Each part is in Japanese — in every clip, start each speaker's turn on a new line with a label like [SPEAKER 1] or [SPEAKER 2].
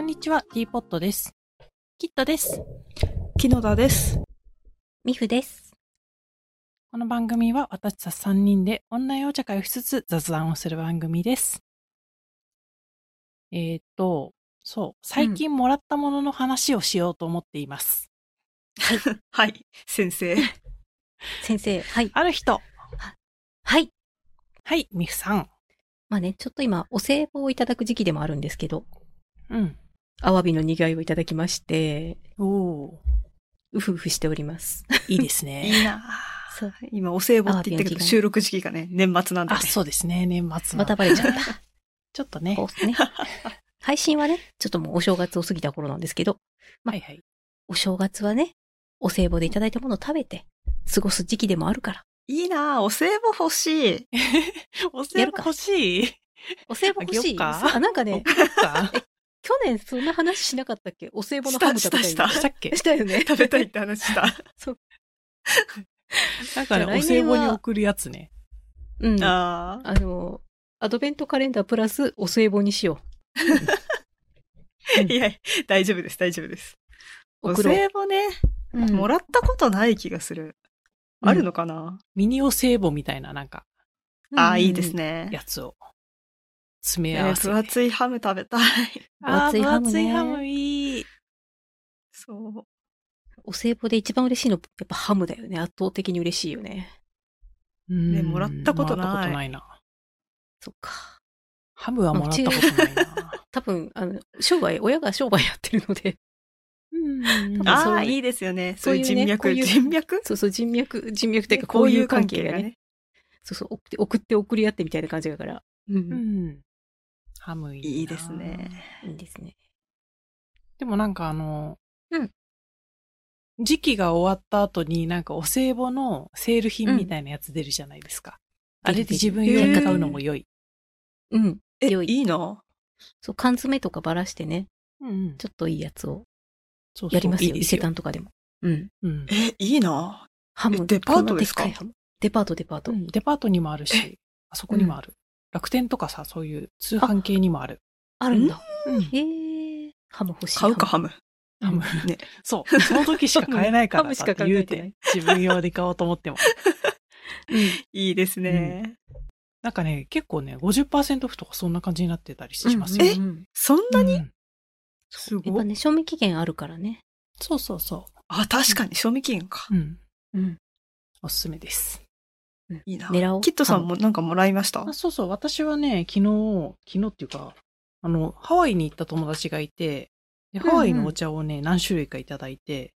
[SPEAKER 1] んにちは、ティーポットです。キットです。
[SPEAKER 2] 木野田です。
[SPEAKER 3] ミフです。
[SPEAKER 1] この番組は私たち3人でオンラインお茶会をしつつ雑談をする番組です。えーっと、そう、最近もらったものの話をしようと思っています。
[SPEAKER 2] はい、先生。
[SPEAKER 3] 先生、はい。
[SPEAKER 1] ある人、
[SPEAKER 3] はい。
[SPEAKER 1] はい、ミフさん。
[SPEAKER 3] まあね、ちょっと今、お歳暮をいただく時期でもあるんですけど、
[SPEAKER 1] うん。
[SPEAKER 3] アワビの苦いをいただきまして、
[SPEAKER 1] おお
[SPEAKER 3] うふうふしております。
[SPEAKER 1] ー、いいですね。
[SPEAKER 2] いいな
[SPEAKER 3] そう。
[SPEAKER 2] 今、お歳暮って言ったけ
[SPEAKER 3] あ
[SPEAKER 2] ど、
[SPEAKER 3] 元気が
[SPEAKER 2] 収録時期がね、年末なんで、
[SPEAKER 1] あ、
[SPEAKER 2] ね。
[SPEAKER 1] そうですね、年末
[SPEAKER 3] ま
[SPEAKER 1] な
[SPEAKER 3] たバレち ゃった。
[SPEAKER 1] ちょっとね。
[SPEAKER 3] こうね。配信はね、ちょっともうお正月を過ぎた頃なんですけど、ま
[SPEAKER 1] はい はい。
[SPEAKER 3] お正月はね、お歳暮でいただいたものを食べて、過ごす時期でもあるから。
[SPEAKER 2] いいなお歳暮欲し い。
[SPEAKER 1] お歳暮欲しい
[SPEAKER 3] お歳暮欲しい。
[SPEAKER 1] あげようか
[SPEAKER 3] あ、なんかね、
[SPEAKER 1] か
[SPEAKER 3] 去年そんな話しなかったっけお歳暮の
[SPEAKER 2] した
[SPEAKER 3] ハム食べたい。
[SPEAKER 2] した
[SPEAKER 1] したっけ
[SPEAKER 3] したよね。
[SPEAKER 2] 食 べたいって話した。
[SPEAKER 1] だから、
[SPEAKER 3] じゃあ
[SPEAKER 1] お
[SPEAKER 3] 来
[SPEAKER 1] 歳
[SPEAKER 3] 年は
[SPEAKER 1] 暮に送るやつね。
[SPEAKER 3] うん。
[SPEAKER 2] ああ。
[SPEAKER 3] あの、アドベントカレンダープラスお歳暮にしようん
[SPEAKER 2] いや、大丈夫です、大丈夫です。
[SPEAKER 3] う。
[SPEAKER 2] お
[SPEAKER 3] 送ろう。
[SPEAKER 2] 歳暮ね、
[SPEAKER 3] うん
[SPEAKER 2] もらったことない気がする。
[SPEAKER 3] うん
[SPEAKER 2] あるのかな、
[SPEAKER 1] ミニお歳暮みたいな、なんか、
[SPEAKER 2] ああ、いいです。ね。
[SPEAKER 1] やつを、詰め
[SPEAKER 2] え
[SPEAKER 1] 合わ
[SPEAKER 2] ー
[SPEAKER 1] せ
[SPEAKER 2] 分
[SPEAKER 1] て。
[SPEAKER 2] 厚いハム食べたい。
[SPEAKER 1] あー
[SPEAKER 3] 分厚いハムね
[SPEAKER 1] 分厚いハムいい。
[SPEAKER 2] そう。
[SPEAKER 3] お歳暮で一番嬉しいの、やっぱハムだよね。圧倒的に嬉しいよね。
[SPEAKER 1] ね
[SPEAKER 2] もらったことない
[SPEAKER 1] もらったことないな。
[SPEAKER 3] そっか。
[SPEAKER 1] ハムはもらったことないな。
[SPEAKER 3] 多分、あの、商売、親が商売やってるので、
[SPEAKER 1] うん
[SPEAKER 3] あ
[SPEAKER 2] あ
[SPEAKER 3] そう
[SPEAKER 2] あ、
[SPEAKER 3] ね
[SPEAKER 2] いいですよね。そ
[SPEAKER 3] そうう
[SPEAKER 2] い
[SPEAKER 3] いううね
[SPEAKER 2] 人脈、
[SPEAKER 3] こういう
[SPEAKER 2] 人脈
[SPEAKER 3] そうそう、人脈、人脈っていうか、こういう関係がね。。そうそう、送って、送って送り合ってみたいな感じだから。う。
[SPEAKER 1] うんん。ハムいいない
[SPEAKER 2] いですね。。
[SPEAKER 3] いいですね。
[SPEAKER 1] でもなんかあの、
[SPEAKER 3] うん
[SPEAKER 1] 時期が終わった後になんかお歳暮のセール品みたいなやつ出るじゃないですか。
[SPEAKER 3] うん
[SPEAKER 1] あれで自分用に買うのも良い。
[SPEAKER 3] うん。
[SPEAKER 2] え、
[SPEAKER 3] 良い
[SPEAKER 2] いいな
[SPEAKER 3] そう、缶詰とかばらしてね、
[SPEAKER 1] うんうん
[SPEAKER 3] ちょっといいやつを
[SPEAKER 1] そうそう
[SPEAKER 3] やりますよ。
[SPEAKER 1] いい
[SPEAKER 3] 伊
[SPEAKER 1] です
[SPEAKER 3] 勢
[SPEAKER 1] よ。
[SPEAKER 3] 丹とかでも。うん。
[SPEAKER 1] うん
[SPEAKER 2] え、いいな
[SPEAKER 3] ハム。
[SPEAKER 2] えデパートですか
[SPEAKER 3] こんなっいハムデパート、デパー
[SPEAKER 1] う
[SPEAKER 3] ト。
[SPEAKER 1] んデパートにもあるし、あそこにもある。楽天とかさ、そういう通販系にもある。
[SPEAKER 3] あるんだ。
[SPEAKER 1] うん
[SPEAKER 3] へえ。ハム欲しい。
[SPEAKER 2] 買うか、ハム。
[SPEAKER 1] ハム。
[SPEAKER 2] ね。
[SPEAKER 1] そう。その時しか買えないか
[SPEAKER 3] ハ
[SPEAKER 1] ら
[SPEAKER 3] ムし
[SPEAKER 1] さ
[SPEAKER 3] か考
[SPEAKER 1] 言う
[SPEAKER 3] えてない
[SPEAKER 1] て、自分用で買おうと思っても。
[SPEAKER 3] ハム。うん
[SPEAKER 2] いいですね。
[SPEAKER 1] なんかね、結構ね、50%オフとかそんな感じになってたりしますよ。
[SPEAKER 2] え
[SPEAKER 3] うんうん
[SPEAKER 2] そんなに、
[SPEAKER 1] うん
[SPEAKER 2] す
[SPEAKER 3] やっ
[SPEAKER 2] ご
[SPEAKER 3] ぱ
[SPEAKER 2] い。
[SPEAKER 3] ね、賞味期限あるからね。
[SPEAKER 1] そうそうそ
[SPEAKER 2] あ、確かに、賞味期限か。
[SPEAKER 1] う。うん。
[SPEAKER 3] うん。
[SPEAKER 1] おすすめです。
[SPEAKER 2] いいな。
[SPEAKER 3] 狙おう
[SPEAKER 2] キットさんもなんかもらいました
[SPEAKER 1] あそうそう、私はね、昨日、昨日っていうか、あの、ハワイに行った友達がいて、でハワイのお茶をね、何種類かいただいて、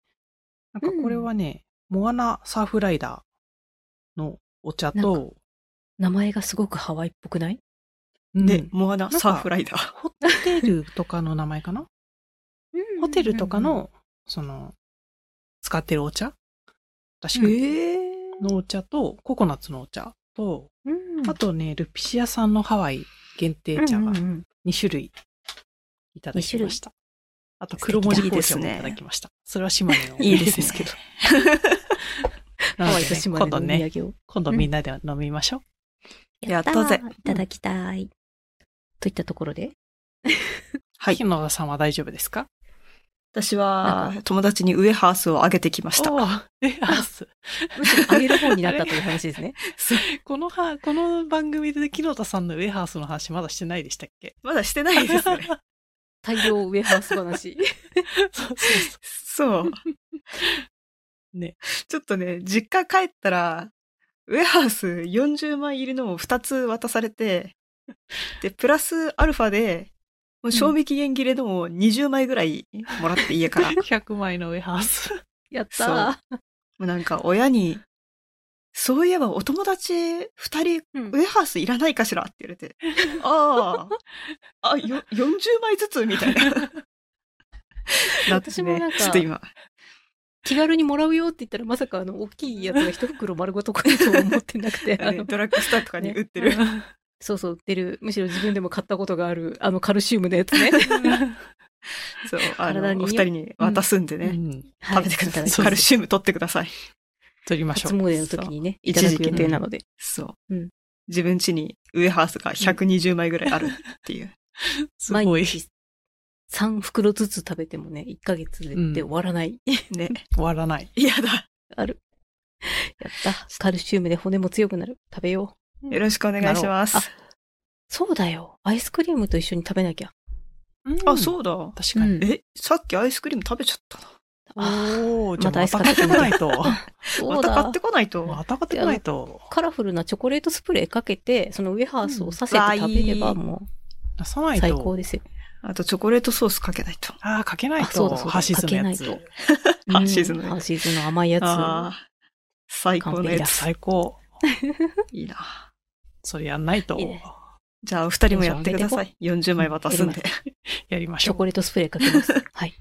[SPEAKER 1] なんかこれはね、モアナサーフライダーのお茶と、
[SPEAKER 3] 名前がすごくハワイっぽくない
[SPEAKER 1] うん
[SPEAKER 2] ね、モアナ、
[SPEAKER 1] か
[SPEAKER 2] サーフライダー。
[SPEAKER 1] ホテルとかの名前かなホテルとかの、その、使ってるお茶らしくて
[SPEAKER 2] え
[SPEAKER 1] のお茶と、ココナッツのお茶と、
[SPEAKER 3] うん、うん、
[SPEAKER 1] あとね、ルピシアさんのハワイ限定茶が
[SPEAKER 3] うんうんうん
[SPEAKER 1] 2種類いただきました。あと
[SPEAKER 3] 素敵
[SPEAKER 1] 黒
[SPEAKER 3] だ
[SPEAKER 1] 文字
[SPEAKER 2] いい
[SPEAKER 1] 紅
[SPEAKER 2] で
[SPEAKER 1] 茶
[SPEAKER 2] す
[SPEAKER 1] もい
[SPEAKER 2] ね
[SPEAKER 1] ただきました。それは島根のお
[SPEAKER 2] いい
[SPEAKER 1] 店
[SPEAKER 2] ですね
[SPEAKER 1] ですけど。な
[SPEAKER 3] ハ
[SPEAKER 1] の
[SPEAKER 3] ワイ
[SPEAKER 1] で
[SPEAKER 3] と
[SPEAKER 1] ね、
[SPEAKER 3] 島
[SPEAKER 1] 今度
[SPEAKER 3] 根のお
[SPEAKER 1] ね、
[SPEAKER 3] 土産を。
[SPEAKER 1] 今度みんなで飲みましょう。
[SPEAKER 2] やったぜ
[SPEAKER 3] ーいただきたい。といったところで。
[SPEAKER 2] はい
[SPEAKER 1] 日野田さんは大丈夫ですか
[SPEAKER 2] 私
[SPEAKER 3] な
[SPEAKER 2] は
[SPEAKER 3] ん
[SPEAKER 2] 友達にウエハースをあげてきました。
[SPEAKER 1] お ーえ、あす
[SPEAKER 3] むし ろあげる方になったという話ですね。
[SPEAKER 1] このは、この番組で木野田さんのウェハースの話まだしてないでしたっけ
[SPEAKER 2] まだしてない ですね。
[SPEAKER 3] 大量ウェハース話。
[SPEAKER 1] そうそうそ
[SPEAKER 2] そう。
[SPEAKER 1] う。ね。
[SPEAKER 2] ちょっとね、実家帰ったら、ウェハース40枚入りのを2つ渡されて、で、プラスアルファで、もう賞味期限切れのを20枚ぐらいもらって家から。も
[SPEAKER 1] 100枚のウェハース。
[SPEAKER 3] やったー。
[SPEAKER 2] うなんか親に、そういえばお友達2人、
[SPEAKER 3] うん
[SPEAKER 2] ウェハースいらないかしらって言われて、ああ、あ、よ、40枚ずつみたいな。 なって
[SPEAKER 3] 私もなんか
[SPEAKER 2] ちょっと今、
[SPEAKER 3] 気軽にもらうよって言ったら、まさかあの、大きいやつが一袋丸ごと来る とは思ってなくて、あ
[SPEAKER 2] ね
[SPEAKER 3] の、
[SPEAKER 2] ドラッグストアとかに売ってる。
[SPEAKER 3] そうそう、売ってる、むしろ自分でも買ったことがある、あの、カルシウムのやつ ね。
[SPEAKER 2] そう、あの、
[SPEAKER 3] 体にいい
[SPEAKER 2] お二人に渡すんでね。
[SPEAKER 1] うん
[SPEAKER 3] は
[SPEAKER 2] 食べてください。
[SPEAKER 3] ただきます
[SPEAKER 2] カルシウム取ってください。
[SPEAKER 1] 取りましょ
[SPEAKER 3] 初
[SPEAKER 1] う。
[SPEAKER 3] 詣の時にね、いただく予定なので。
[SPEAKER 2] そう。
[SPEAKER 3] うん
[SPEAKER 2] 自分家にウエハースが120枚ぐらいあるっていう。
[SPEAKER 1] すごい。
[SPEAKER 3] 毎日3袋ずつ食べてもね、1ヶ月で
[SPEAKER 1] うん
[SPEAKER 3] 終わらない。
[SPEAKER 2] ね。
[SPEAKER 1] 終わらない。
[SPEAKER 2] 嫌だ。
[SPEAKER 3] ある。やった。カルシウムで骨も強くなる。食べよう。
[SPEAKER 2] よろしくお願いします
[SPEAKER 3] な。そうだよ。アイスクリームと一緒に食べなきゃ。
[SPEAKER 2] あ、
[SPEAKER 1] う
[SPEAKER 2] そうだ
[SPEAKER 1] ん。確かに。
[SPEAKER 3] うん
[SPEAKER 2] え、さっきアイスクリーム食べちゃったな。
[SPEAKER 3] あ
[SPEAKER 1] おー、じゃあ
[SPEAKER 3] またア
[SPEAKER 1] ま
[SPEAKER 3] イス
[SPEAKER 1] た
[SPEAKER 3] 買
[SPEAKER 1] 買
[SPEAKER 3] っ
[SPEAKER 1] ってて
[SPEAKER 3] こ
[SPEAKER 1] こ
[SPEAKER 3] な
[SPEAKER 1] ないいと。
[SPEAKER 3] あ、そ
[SPEAKER 2] ま
[SPEAKER 3] う
[SPEAKER 2] た買
[SPEAKER 3] だ
[SPEAKER 2] って。こないと。
[SPEAKER 1] また買ってこないと。
[SPEAKER 3] カラフルなチョコレートスプレーかけて、そのウェハースをさせて食べれば
[SPEAKER 2] うん
[SPEAKER 3] も
[SPEAKER 1] 出さな
[SPEAKER 3] う
[SPEAKER 1] い
[SPEAKER 3] 最高
[SPEAKER 1] と。
[SPEAKER 3] ですよ。
[SPEAKER 2] あとチョコレートソースかけないと。
[SPEAKER 1] ああ、かけない
[SPEAKER 3] あそう
[SPEAKER 1] と。
[SPEAKER 3] だそうだ
[SPEAKER 1] ハシズのやつ。
[SPEAKER 3] かけな いいと
[SPEAKER 2] ハーシーズ
[SPEAKER 3] う
[SPEAKER 2] の
[SPEAKER 3] んハーシーズの甘いやつ。
[SPEAKER 2] ああ、最高のや
[SPEAKER 1] や、
[SPEAKER 2] つ。
[SPEAKER 1] 最高。
[SPEAKER 2] いいな。
[SPEAKER 1] それやんないと
[SPEAKER 3] いい。ね
[SPEAKER 2] じゃあ、お二人もやってください。40枚渡すんで。
[SPEAKER 1] やりまし
[SPEAKER 3] チ
[SPEAKER 1] ょ
[SPEAKER 3] ョコ
[SPEAKER 1] う。
[SPEAKER 3] レートスプレーかけ ます。はい。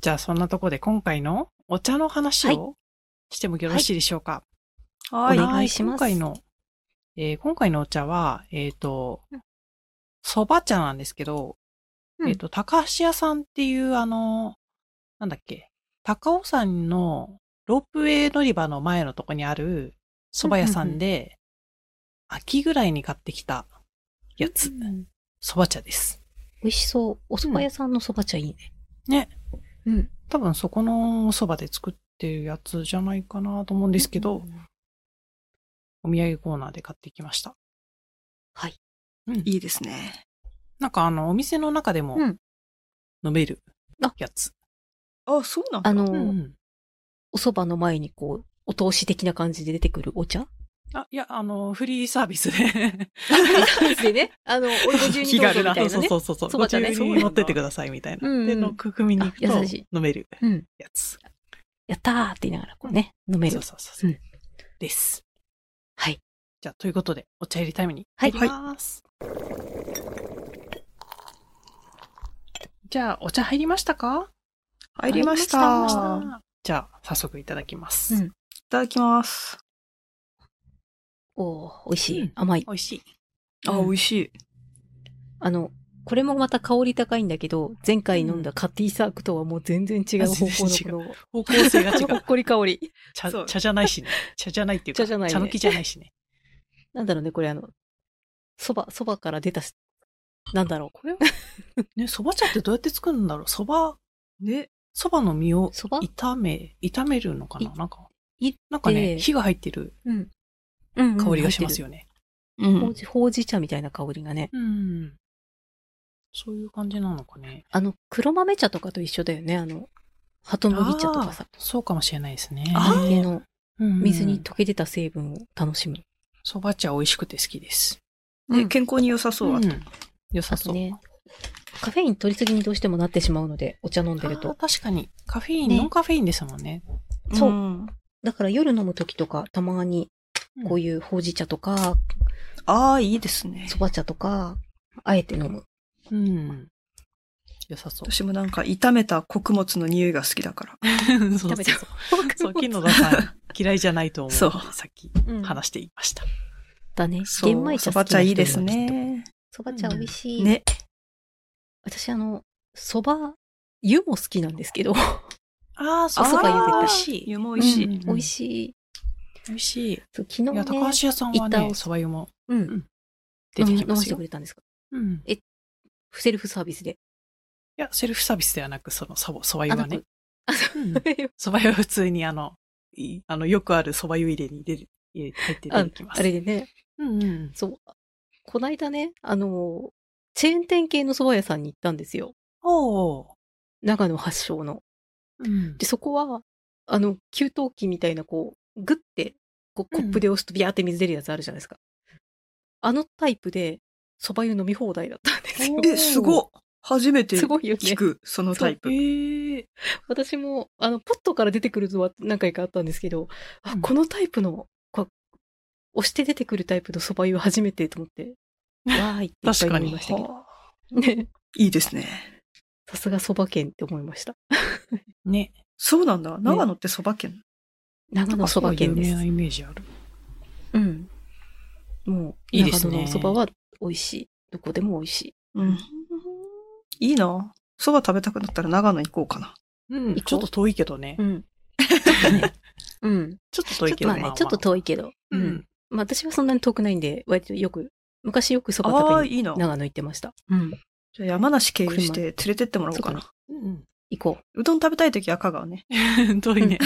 [SPEAKER 1] じゃあ、そんなとこで今回のお茶の話をしてもよろしいでしょうか。
[SPEAKER 2] は
[SPEAKER 3] お
[SPEAKER 2] い。
[SPEAKER 3] 願いします
[SPEAKER 1] は今回の、えー今回のお茶は、えっ、と、そば茶なんですけど、
[SPEAKER 3] うん
[SPEAKER 1] えっ、と、高橋屋さんっていう、あの、なんだっけ、高尾山のロープウェイ乗り場の前のとこにある蕎麦屋さんで、秋ぐらいに買ってきたやつ、
[SPEAKER 3] うん
[SPEAKER 1] 蕎麦茶です。
[SPEAKER 3] 美味しそう。お蕎麦屋さんの蕎麦茶いいね。
[SPEAKER 1] ね。
[SPEAKER 3] うん。
[SPEAKER 1] 多分そこのお蕎麦で作ってるやつじゃないかなと思うんですけど、お土産コーナーで買ってきました。
[SPEAKER 3] はい。
[SPEAKER 1] うん。
[SPEAKER 2] いいですね。
[SPEAKER 1] なんかあの、お店の中でも
[SPEAKER 3] うん
[SPEAKER 1] 飲める
[SPEAKER 3] あ
[SPEAKER 1] やつ。
[SPEAKER 2] あ、そうなんだ。
[SPEAKER 3] あ
[SPEAKER 2] あ
[SPEAKER 3] の、
[SPEAKER 1] うん。
[SPEAKER 3] お蕎麦の前にこう、お通し的な感じで出てくる お茶
[SPEAKER 1] あ、いや、あの、フリーサービスで。
[SPEAKER 3] でね、あの、おご自由にどうぞみたいな
[SPEAKER 1] そう
[SPEAKER 3] ね。
[SPEAKER 1] そうそうそう。
[SPEAKER 3] そ
[SPEAKER 1] ご
[SPEAKER 3] ば
[SPEAKER 1] 自
[SPEAKER 3] 茶ね
[SPEAKER 1] 由
[SPEAKER 3] そう
[SPEAKER 1] に
[SPEAKER 3] なんだ
[SPEAKER 1] 持ってってくださいみたいな。
[SPEAKER 3] うんう
[SPEAKER 1] で、
[SPEAKER 3] ん
[SPEAKER 1] の、くくみに行く
[SPEAKER 3] あ
[SPEAKER 1] と
[SPEAKER 3] 優しい
[SPEAKER 1] 飲める
[SPEAKER 3] うん。
[SPEAKER 1] やつ。
[SPEAKER 3] やったーって言いながらこうね、飲め
[SPEAKER 1] そ
[SPEAKER 3] る
[SPEAKER 1] う。そうそうそう
[SPEAKER 3] うん
[SPEAKER 1] です。
[SPEAKER 3] はい。
[SPEAKER 1] じゃあ、ということで、お茶入りタイムに
[SPEAKER 3] は
[SPEAKER 1] 入
[SPEAKER 3] い
[SPEAKER 1] ります。じゃあ、お茶入りましたか
[SPEAKER 2] 入りま
[SPEAKER 3] 入
[SPEAKER 2] し
[SPEAKER 3] りま
[SPEAKER 2] た。
[SPEAKER 3] し
[SPEAKER 2] い
[SPEAKER 1] じゃあ、早速いただきます。
[SPEAKER 3] うん
[SPEAKER 2] ただきます。
[SPEAKER 3] おー美味し
[SPEAKER 1] う
[SPEAKER 3] い
[SPEAKER 1] ん。
[SPEAKER 3] 甘い。
[SPEAKER 1] 美味しい。
[SPEAKER 2] あ、
[SPEAKER 3] うん
[SPEAKER 2] 美味しい。
[SPEAKER 3] あの、これもまた香り高いんだけど、前回飲んだカティサークとはもう全然違う方向のこの、
[SPEAKER 1] 方向性が違
[SPEAKER 3] ほ
[SPEAKER 1] う
[SPEAKER 3] っ。こり香り。
[SPEAKER 1] 茶
[SPEAKER 2] そう
[SPEAKER 1] 茶じゃないしね。茶じゃないっていうか、
[SPEAKER 3] 茶じゃないね
[SPEAKER 1] 茶の木じゃないしね。
[SPEAKER 3] なんだろうね、これあの、蕎麦、蕎麦から出たし、なんだろう。
[SPEAKER 1] これはね、蕎麦茶ってどうやって作るんだろう蕎麦、
[SPEAKER 2] ね。
[SPEAKER 1] 蕎麦の実を
[SPEAKER 3] 蕎麦
[SPEAKER 1] 炒め、炒めるのかないなんか
[SPEAKER 3] い、
[SPEAKER 1] なんか
[SPEAKER 3] で
[SPEAKER 1] ね、火が入ってる
[SPEAKER 3] うん。うん、
[SPEAKER 1] 香りがします
[SPEAKER 3] よ。
[SPEAKER 1] よね。
[SPEAKER 2] う。
[SPEAKER 3] ほうんじほうじ茶みたいな香りがね。
[SPEAKER 1] うん。そういう感じなのかね。
[SPEAKER 3] あの、黒豆茶とかと一緒だよね。あの、ハトムギ茶とかさ
[SPEAKER 1] あ。ーそうかもしれないですね。
[SPEAKER 3] あれ系の
[SPEAKER 1] うん
[SPEAKER 3] 水に溶け出た成分を楽しむ。
[SPEAKER 1] 蕎麦茶美味しくて好きです。
[SPEAKER 2] ね健康に良さそう。あと
[SPEAKER 1] ん良さ
[SPEAKER 3] あと
[SPEAKER 1] そう。
[SPEAKER 3] ね、カフェイン取りすぎにどうしてもなってしまうので、お茶飲ん
[SPEAKER 1] あ
[SPEAKER 3] でる
[SPEAKER 1] ー
[SPEAKER 3] と。
[SPEAKER 1] 確かに。カフェイン、
[SPEAKER 3] ね
[SPEAKER 1] ノンカフェインですもんね。
[SPEAKER 3] そうんだから夜飲む時とか、たまにこういうほうじ茶とか、
[SPEAKER 2] ああ、いいですね。
[SPEAKER 3] 蕎麦茶とか、あえて飲む。
[SPEAKER 1] うん。良さそう。
[SPEAKER 2] 私もなんか炒めた穀物の匂いが好きだから。
[SPEAKER 1] そう
[SPEAKER 3] 食べてそう。
[SPEAKER 1] そう、金野田さん 嫌いじゃないと思う。
[SPEAKER 2] そう
[SPEAKER 1] さっき
[SPEAKER 3] うん
[SPEAKER 1] 話していました。
[SPEAKER 3] だね。
[SPEAKER 2] そう
[SPEAKER 3] 玄米茶
[SPEAKER 2] そ
[SPEAKER 3] 好
[SPEAKER 2] ば
[SPEAKER 3] きな人
[SPEAKER 2] 茶
[SPEAKER 3] にはい
[SPEAKER 2] いです。ね。
[SPEAKER 3] そば茶美味しい。
[SPEAKER 2] ね。
[SPEAKER 3] 私あの、そば、湯も好きなんですけど、
[SPEAKER 1] ああ、
[SPEAKER 3] あそば茹
[SPEAKER 1] 美味
[SPEAKER 3] でた美味
[SPEAKER 1] しい。
[SPEAKER 2] 湯も美味しい。
[SPEAKER 1] うん
[SPEAKER 3] 美味しい。
[SPEAKER 1] 美味しい。い
[SPEAKER 3] そう昨日ね
[SPEAKER 1] や、、高橋屋さんはね
[SPEAKER 3] 板、を
[SPEAKER 1] そば湯も
[SPEAKER 3] うん、
[SPEAKER 1] 出てき
[SPEAKER 3] 飲ま
[SPEAKER 1] ます
[SPEAKER 3] せて
[SPEAKER 1] よ
[SPEAKER 3] く。れたんですか
[SPEAKER 1] うん。い
[SPEAKER 3] セルフサービスで。
[SPEAKER 1] や、セルフサービスではなく、その、そばそば湯
[SPEAKER 3] あ、な
[SPEAKER 1] は
[SPEAKER 3] んか
[SPEAKER 1] ね。 うんそば湯は普通に、あの、いあの、よくあるそば湯入れに出る、入れ入って出
[SPEAKER 3] あ
[SPEAKER 1] てきます。
[SPEAKER 3] あれでね、
[SPEAKER 1] うんうん。
[SPEAKER 3] そう。こないだね、あの、チェーン店系の蕎麦屋さんに行ったんですよ。
[SPEAKER 1] おお。
[SPEAKER 3] 長野発祥の。
[SPEAKER 1] うん
[SPEAKER 3] で、そこは、あの、給湯器みたいな、こう、グッて、こうコップで押すとビャーって水出るやつあるじゃないですか。あのタイプで、蕎麦湯飲み放題だったんですよ。
[SPEAKER 2] え、すごっ初め て
[SPEAKER 3] すごいよね
[SPEAKER 2] 聞く、そのタイプ。
[SPEAKER 1] へえ。
[SPEAKER 3] 私も、あの、ポットから出てくるのは何回かあったんですけど、あ
[SPEAKER 1] うん
[SPEAKER 3] このタイプの、こう押して出てくるタイプの蕎麦湯は初めてと思って、わーいっていっぱい飲みましたけど。
[SPEAKER 2] はあ
[SPEAKER 3] ね、
[SPEAKER 2] いいですね。
[SPEAKER 3] さすが蕎麦県って思いました。
[SPEAKER 1] ね。
[SPEAKER 2] そうなんだ。長野って蕎麦県。
[SPEAKER 3] 長野蕎麦県で
[SPEAKER 1] 有名な
[SPEAKER 3] す。
[SPEAKER 1] イメージある。
[SPEAKER 3] うん。もう、
[SPEAKER 1] いいです
[SPEAKER 3] 長
[SPEAKER 1] ね
[SPEAKER 3] 野の蕎麦は美味しい。どこでも美味し
[SPEAKER 2] うん。いいな。蕎麦食べたくなったら長野行こうかな。
[SPEAKER 1] うん
[SPEAKER 3] 行こう
[SPEAKER 1] ちょっと遠いけどね
[SPEAKER 3] い。う。ん。うん。
[SPEAKER 1] ちょっと遠いけ
[SPEAKER 3] ま
[SPEAKER 1] ど
[SPEAKER 3] あね、ちょっと遠いけど。
[SPEAKER 1] う
[SPEAKER 3] うんん。まあ私はそんなに遠くないんで、割とよく、昔よく蕎麦
[SPEAKER 2] ああ
[SPEAKER 3] 食べ
[SPEAKER 2] いい
[SPEAKER 3] に
[SPEAKER 2] な
[SPEAKER 3] 長野行ってました。うん。
[SPEAKER 2] じゃあ山梨経由して連れてってもらおうか
[SPEAKER 3] そ
[SPEAKER 2] な。
[SPEAKER 1] うん。
[SPEAKER 3] 行こう。
[SPEAKER 2] うどん食べたいときは香川ね。
[SPEAKER 1] 遠いね。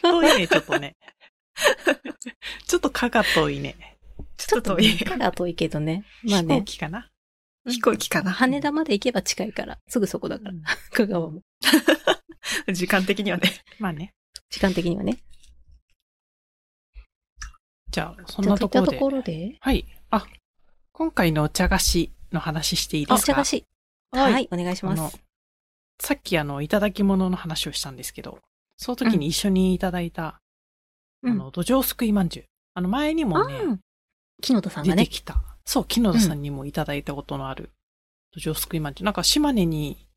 [SPEAKER 1] 遠いね、ちょっと ね。ちょっとかが遠いね。
[SPEAKER 2] ちょっと遠
[SPEAKER 3] ね
[SPEAKER 2] い。
[SPEAKER 3] から遠いけどね。まあ
[SPEAKER 1] 飛行
[SPEAKER 3] ね。
[SPEAKER 1] 機かな。
[SPEAKER 2] 飛行機かな。
[SPEAKER 3] 羽田まで行けば近いから、すぐそこだから、香川も。
[SPEAKER 2] 時間的にはね。
[SPEAKER 1] まあね。
[SPEAKER 3] 時間的にはね。
[SPEAKER 1] じゃあ、そんなとこ
[SPEAKER 3] じゃあ
[SPEAKER 1] ろ
[SPEAKER 3] といった
[SPEAKER 1] で
[SPEAKER 3] と。ころで、
[SPEAKER 1] はい。あ、今回のお茶菓子の話していいで
[SPEAKER 3] お
[SPEAKER 1] すか
[SPEAKER 3] 茶菓子。
[SPEAKER 2] はい
[SPEAKER 3] はい、お願いし
[SPEAKER 1] あ
[SPEAKER 3] ま
[SPEAKER 1] の
[SPEAKER 3] す。、
[SPEAKER 1] さっきあの、いただき物の話をしたんですけど、その時に一緒にいただいた、
[SPEAKER 3] うん
[SPEAKER 1] あの、土壌すくいまんじゅう。あの、前にもね、
[SPEAKER 3] うん木野田さん
[SPEAKER 1] 出
[SPEAKER 3] が
[SPEAKER 1] て
[SPEAKER 3] ね。
[SPEAKER 1] きた。そう、木野田さんにもいただいたことのある、土壌すくいまんじゅう。なんか、島根に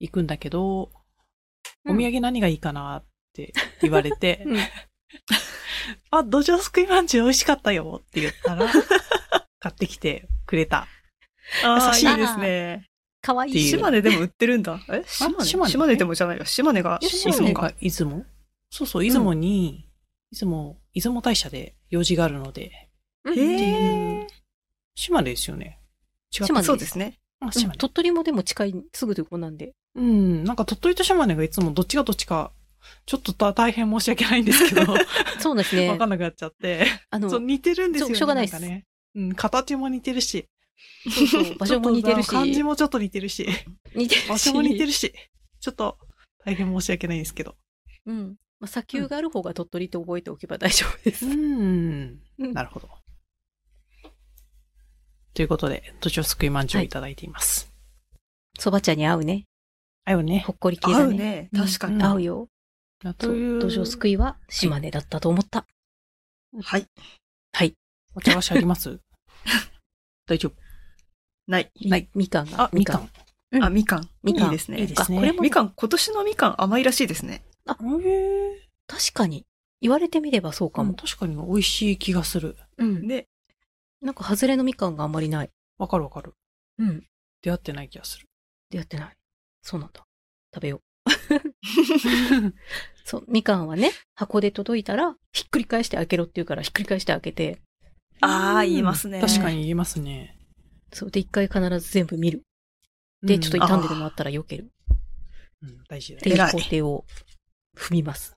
[SPEAKER 1] 行くんだけど、
[SPEAKER 3] う
[SPEAKER 1] お
[SPEAKER 3] ん
[SPEAKER 1] 土産何がいいかなって言われて、
[SPEAKER 3] うん
[SPEAKER 1] あ、土壌すくいまんじゅう美味しかったよって言った ら、買ってきてくれた。
[SPEAKER 2] ああ、
[SPEAKER 1] 優
[SPEAKER 2] い
[SPEAKER 1] し
[SPEAKER 2] い
[SPEAKER 1] い
[SPEAKER 2] ですね。
[SPEAKER 3] かわい
[SPEAKER 1] って
[SPEAKER 3] い。
[SPEAKER 1] いう
[SPEAKER 2] 島根でも売ってるんだ。え島根
[SPEAKER 1] 島
[SPEAKER 2] 島
[SPEAKER 1] 根
[SPEAKER 2] 根でもじゃないよ。島根が、
[SPEAKER 1] いや出
[SPEAKER 3] そう
[SPEAKER 1] 雲が出雲そうそう、出雲に、出雲、出雲大社で用事があるので、
[SPEAKER 3] うん
[SPEAKER 2] へ
[SPEAKER 1] って
[SPEAKER 2] ー
[SPEAKER 1] いう、島根ですよね。違っ
[SPEAKER 3] 島
[SPEAKER 1] た
[SPEAKER 3] 根
[SPEAKER 2] そうですね。
[SPEAKER 1] あ
[SPEAKER 3] うん
[SPEAKER 1] 島根。
[SPEAKER 3] 鳥取もでも近い、すぐとこなんで。
[SPEAKER 1] うん、なんか鳥取と島根がいつもどっちがどっちか、ちょっとた大変申し訳ないんですけ ど、
[SPEAKER 3] そうです ね
[SPEAKER 1] わ。かんなくなっちゃって。
[SPEAKER 3] あの、
[SPEAKER 1] そう、似てるんですよね。
[SPEAKER 3] しょうがないっす
[SPEAKER 1] んかね。うん、形も似てるし。
[SPEAKER 3] そうそう場所も似てるし
[SPEAKER 1] ちょっと漢字もちょっと似てる し。
[SPEAKER 3] 似てるし。
[SPEAKER 1] 場所も似てるし。ちょっと、大変申し訳ないんですけど。
[SPEAKER 3] うん。まあ、砂丘がある方が鳥取って覚えておけば大丈夫です
[SPEAKER 1] う。ん。
[SPEAKER 3] うん
[SPEAKER 1] なるほど。ということで、土壌すくいまんじゅうをいただいています。
[SPEAKER 3] そば茶に合うね。
[SPEAKER 1] あよね。
[SPEAKER 3] ほっこり系
[SPEAKER 2] 合
[SPEAKER 3] だ
[SPEAKER 2] う
[SPEAKER 3] ね。
[SPEAKER 2] ね。確かに。
[SPEAKER 1] うん
[SPEAKER 3] 合うよ。
[SPEAKER 1] という、
[SPEAKER 3] 土壌すくいは島根だったと思った。
[SPEAKER 2] はい。
[SPEAKER 1] お茶菓子あります 大丈
[SPEAKER 2] ない。
[SPEAKER 1] ない
[SPEAKER 3] みかん
[SPEAKER 1] 夫。
[SPEAKER 3] が
[SPEAKER 1] あ、。みかん。
[SPEAKER 2] あ、みかん。
[SPEAKER 3] みかん。
[SPEAKER 2] いいですね
[SPEAKER 1] い
[SPEAKER 3] みかん
[SPEAKER 1] いですね
[SPEAKER 3] これも
[SPEAKER 2] みかん、今年のみかん甘いらしいですね。
[SPEAKER 1] へえ。
[SPEAKER 3] 確かに。言われてみればそうか
[SPEAKER 1] かも
[SPEAKER 3] も。
[SPEAKER 1] 確かに美味しい気がする。
[SPEAKER 3] うん。
[SPEAKER 2] ね。
[SPEAKER 3] なんか外れのみかんがあんまりない。
[SPEAKER 1] わかるわかる。
[SPEAKER 3] うん。
[SPEAKER 1] 出会ってない気がする。
[SPEAKER 3] 出会ってない。そうなんだ。食べよう。そう、みかんはね、箱で届いたら、ひっくり返して開けろって言うから、ひっくり返して開けて、
[SPEAKER 2] あ
[SPEAKER 1] う
[SPEAKER 2] あ、
[SPEAKER 1] ん
[SPEAKER 2] 言いますね。
[SPEAKER 1] 確か。に言いますね。
[SPEAKER 3] そう、で、一回必ず全部見る。で、ちょっと
[SPEAKER 1] うんあ
[SPEAKER 3] 傷んででもあったら避ける。
[SPEAKER 1] うん大事だ
[SPEAKER 3] って
[SPEAKER 1] よ。
[SPEAKER 3] いう
[SPEAKER 2] 偉い
[SPEAKER 3] 工程を踏みます。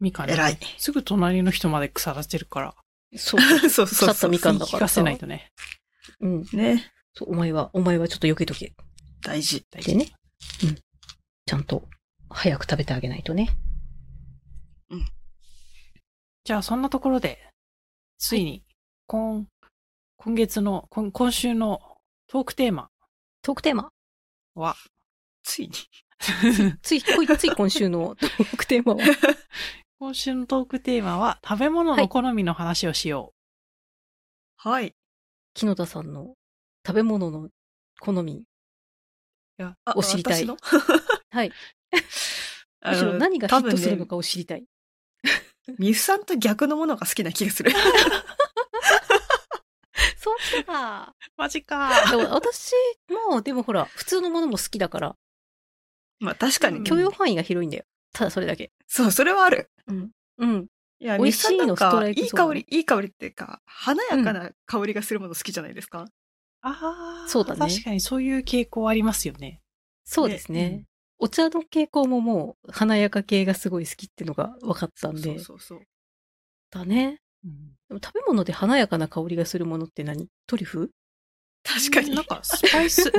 [SPEAKER 1] みかんね
[SPEAKER 2] 偉 い。
[SPEAKER 1] すぐ隣の人まで腐らせるから、
[SPEAKER 3] そう。
[SPEAKER 2] そう
[SPEAKER 3] 腐
[SPEAKER 2] そう
[SPEAKER 3] った
[SPEAKER 2] そう。
[SPEAKER 3] みかんだ
[SPEAKER 1] 聞
[SPEAKER 3] か
[SPEAKER 1] からせ
[SPEAKER 3] さ。
[SPEAKER 1] ないとね。
[SPEAKER 3] うん。
[SPEAKER 2] ね。
[SPEAKER 3] そう、お前は、お前はちょっと避けとけ。
[SPEAKER 2] 大事。
[SPEAKER 1] 大
[SPEAKER 3] で
[SPEAKER 1] 事。
[SPEAKER 3] ね。うん。ちゃんと、早く食べてあげないとね。
[SPEAKER 1] じゃあそんなところで、ついに、今、今月の、今今週のトークテーマ
[SPEAKER 3] トークテーマ。
[SPEAKER 1] は、
[SPEAKER 2] ついに。
[SPEAKER 3] つい、こいつい今週のトークテーマは。
[SPEAKER 1] 今週のトークテーマは、食べ物の好みの話をしよ
[SPEAKER 2] はい。
[SPEAKER 3] 木野田さんの食べ物の好み。
[SPEAKER 1] う。いや、
[SPEAKER 2] あ
[SPEAKER 3] お知りたい
[SPEAKER 2] 私の
[SPEAKER 3] はい。
[SPEAKER 2] あ
[SPEAKER 3] むしろ
[SPEAKER 2] の
[SPEAKER 3] 何がヒットする
[SPEAKER 2] 多
[SPEAKER 3] の
[SPEAKER 2] 分ね
[SPEAKER 3] かを知りたい。
[SPEAKER 2] みふさんと逆のものが好きな気がする。
[SPEAKER 3] そうきた。
[SPEAKER 1] マジか
[SPEAKER 3] でも私も、でもほら、普通のものも好きだから、
[SPEAKER 2] まあ確かにね
[SPEAKER 1] う
[SPEAKER 3] 許
[SPEAKER 1] ん。
[SPEAKER 3] 容範囲が広いんだよ。ただそれだけ。
[SPEAKER 2] そう、それはある。
[SPEAKER 3] うん。うん。
[SPEAKER 2] いや、
[SPEAKER 3] 美味
[SPEAKER 2] み
[SPEAKER 3] し
[SPEAKER 2] ふ
[SPEAKER 3] い
[SPEAKER 2] さんなん
[SPEAKER 3] のスト
[SPEAKER 2] か、
[SPEAKER 3] ラ
[SPEAKER 2] い
[SPEAKER 3] イクゾーン
[SPEAKER 2] い香り、いい香りっていうか、華やかな香りがするもの好きじゃないですか。
[SPEAKER 1] ああ、
[SPEAKER 3] そうだね
[SPEAKER 1] 確かにそういう傾向ありますよね。
[SPEAKER 3] そうですね。
[SPEAKER 1] ねうん
[SPEAKER 3] お茶の傾向ももう、華やか系がすごい好きってのが分かったんで。
[SPEAKER 2] そうそうそう。
[SPEAKER 3] だね。
[SPEAKER 1] うん
[SPEAKER 3] でも食べ物で華やかな香りがするものって何トリュフ
[SPEAKER 2] 確かに
[SPEAKER 1] な。んか、スパイス、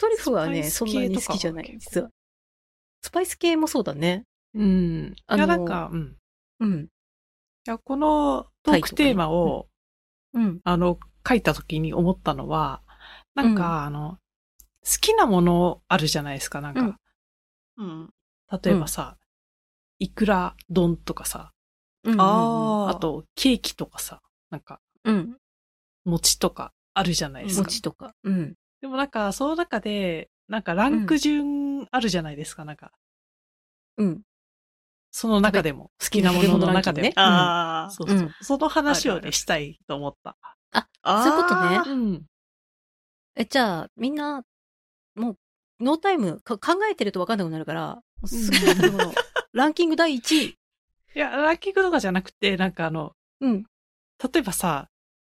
[SPEAKER 3] トリュフはね、
[SPEAKER 1] ス
[SPEAKER 3] そ
[SPEAKER 1] パイス系とか
[SPEAKER 3] んなに好きじゃない、実は。スパイス系もそうだね。
[SPEAKER 1] うん。い
[SPEAKER 3] あ
[SPEAKER 1] や、な
[SPEAKER 3] の
[SPEAKER 1] んか、うん。
[SPEAKER 3] うん。
[SPEAKER 1] いや、このトークテーマを、
[SPEAKER 3] うん。
[SPEAKER 1] あの、書いた時に思ったのは、なんか、あの、好きなものあるじゃないですか、なんか。
[SPEAKER 2] うん。
[SPEAKER 1] 例えばさ、いくら丼とかさ、
[SPEAKER 3] うん
[SPEAKER 2] ああ。
[SPEAKER 1] あ、とケーキとかさ、なんか、
[SPEAKER 3] うん。
[SPEAKER 1] 餅とかあるじゃないですか。
[SPEAKER 3] 餅とか。うん。
[SPEAKER 1] でもなんか、その中で、なんかランク順あるじゃないですか、なんか。
[SPEAKER 3] うん。
[SPEAKER 1] その中でも、好きなものの中でも。
[SPEAKER 3] 食べ物ランキングね
[SPEAKER 2] ああ。
[SPEAKER 1] そう
[SPEAKER 3] う。
[SPEAKER 1] そうんその話を
[SPEAKER 2] あるあ
[SPEAKER 1] ね、
[SPEAKER 2] る
[SPEAKER 1] したいと思った。
[SPEAKER 2] あー
[SPEAKER 3] そういうことね
[SPEAKER 1] うん。
[SPEAKER 3] え、じゃあ、みんな、もう、ノータイム、か考えてると分かんなくなるから、すぐ食べ 物、ランキング第1位。
[SPEAKER 1] いや、ランキングとかじゃなくて、なんかあの、
[SPEAKER 3] うん。
[SPEAKER 1] 例えばさ、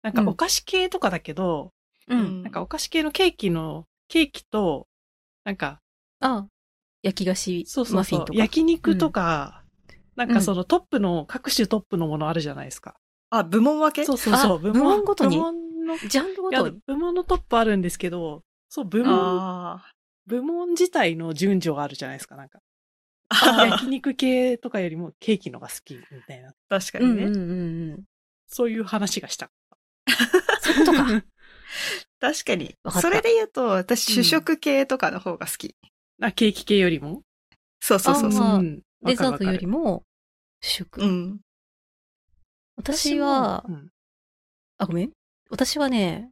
[SPEAKER 1] なんか
[SPEAKER 3] うん
[SPEAKER 1] お菓子系とかだけど、
[SPEAKER 2] う
[SPEAKER 1] なんかお菓子系のケーキの、ケーキと、なんか、
[SPEAKER 3] あ焼き菓子
[SPEAKER 1] そうそ
[SPEAKER 3] マ
[SPEAKER 1] う
[SPEAKER 3] フィ
[SPEAKER 1] そ
[SPEAKER 3] ン
[SPEAKER 1] う
[SPEAKER 3] と、か。
[SPEAKER 1] 焼肉とか、なんかそのトップの、各種トップのものあるじゃないですか。
[SPEAKER 2] あ、部門分け
[SPEAKER 1] そうそうそう、
[SPEAKER 3] あ部門ごとに
[SPEAKER 1] 部門の、い
[SPEAKER 3] ジャンルご
[SPEAKER 1] や
[SPEAKER 3] とに。
[SPEAKER 1] 部門のトップあるんですけど、そう、部門、
[SPEAKER 2] あ
[SPEAKER 1] 部門自体の順序があるじゃないですか、なんか。
[SPEAKER 2] あ。
[SPEAKER 1] 焼肉系とかよりもケーキのが好きみたいな、
[SPEAKER 2] 確か
[SPEAKER 3] う
[SPEAKER 2] に
[SPEAKER 3] んうん
[SPEAKER 2] ね。
[SPEAKER 3] うんうん。
[SPEAKER 1] そういう話がした。
[SPEAKER 3] そういうことか。
[SPEAKER 2] 確かに
[SPEAKER 3] わか。った
[SPEAKER 2] それで言うと、私、
[SPEAKER 1] うん
[SPEAKER 2] 主食系とかの方が好き。
[SPEAKER 1] あ、ケーキ系よりも
[SPEAKER 2] そうそうそうそう。
[SPEAKER 3] あ
[SPEAKER 1] ん
[SPEAKER 3] デザートより
[SPEAKER 1] も。
[SPEAKER 3] も主食。
[SPEAKER 2] うん。
[SPEAKER 3] 私は、
[SPEAKER 1] うん
[SPEAKER 3] あ、ごめん。私はね、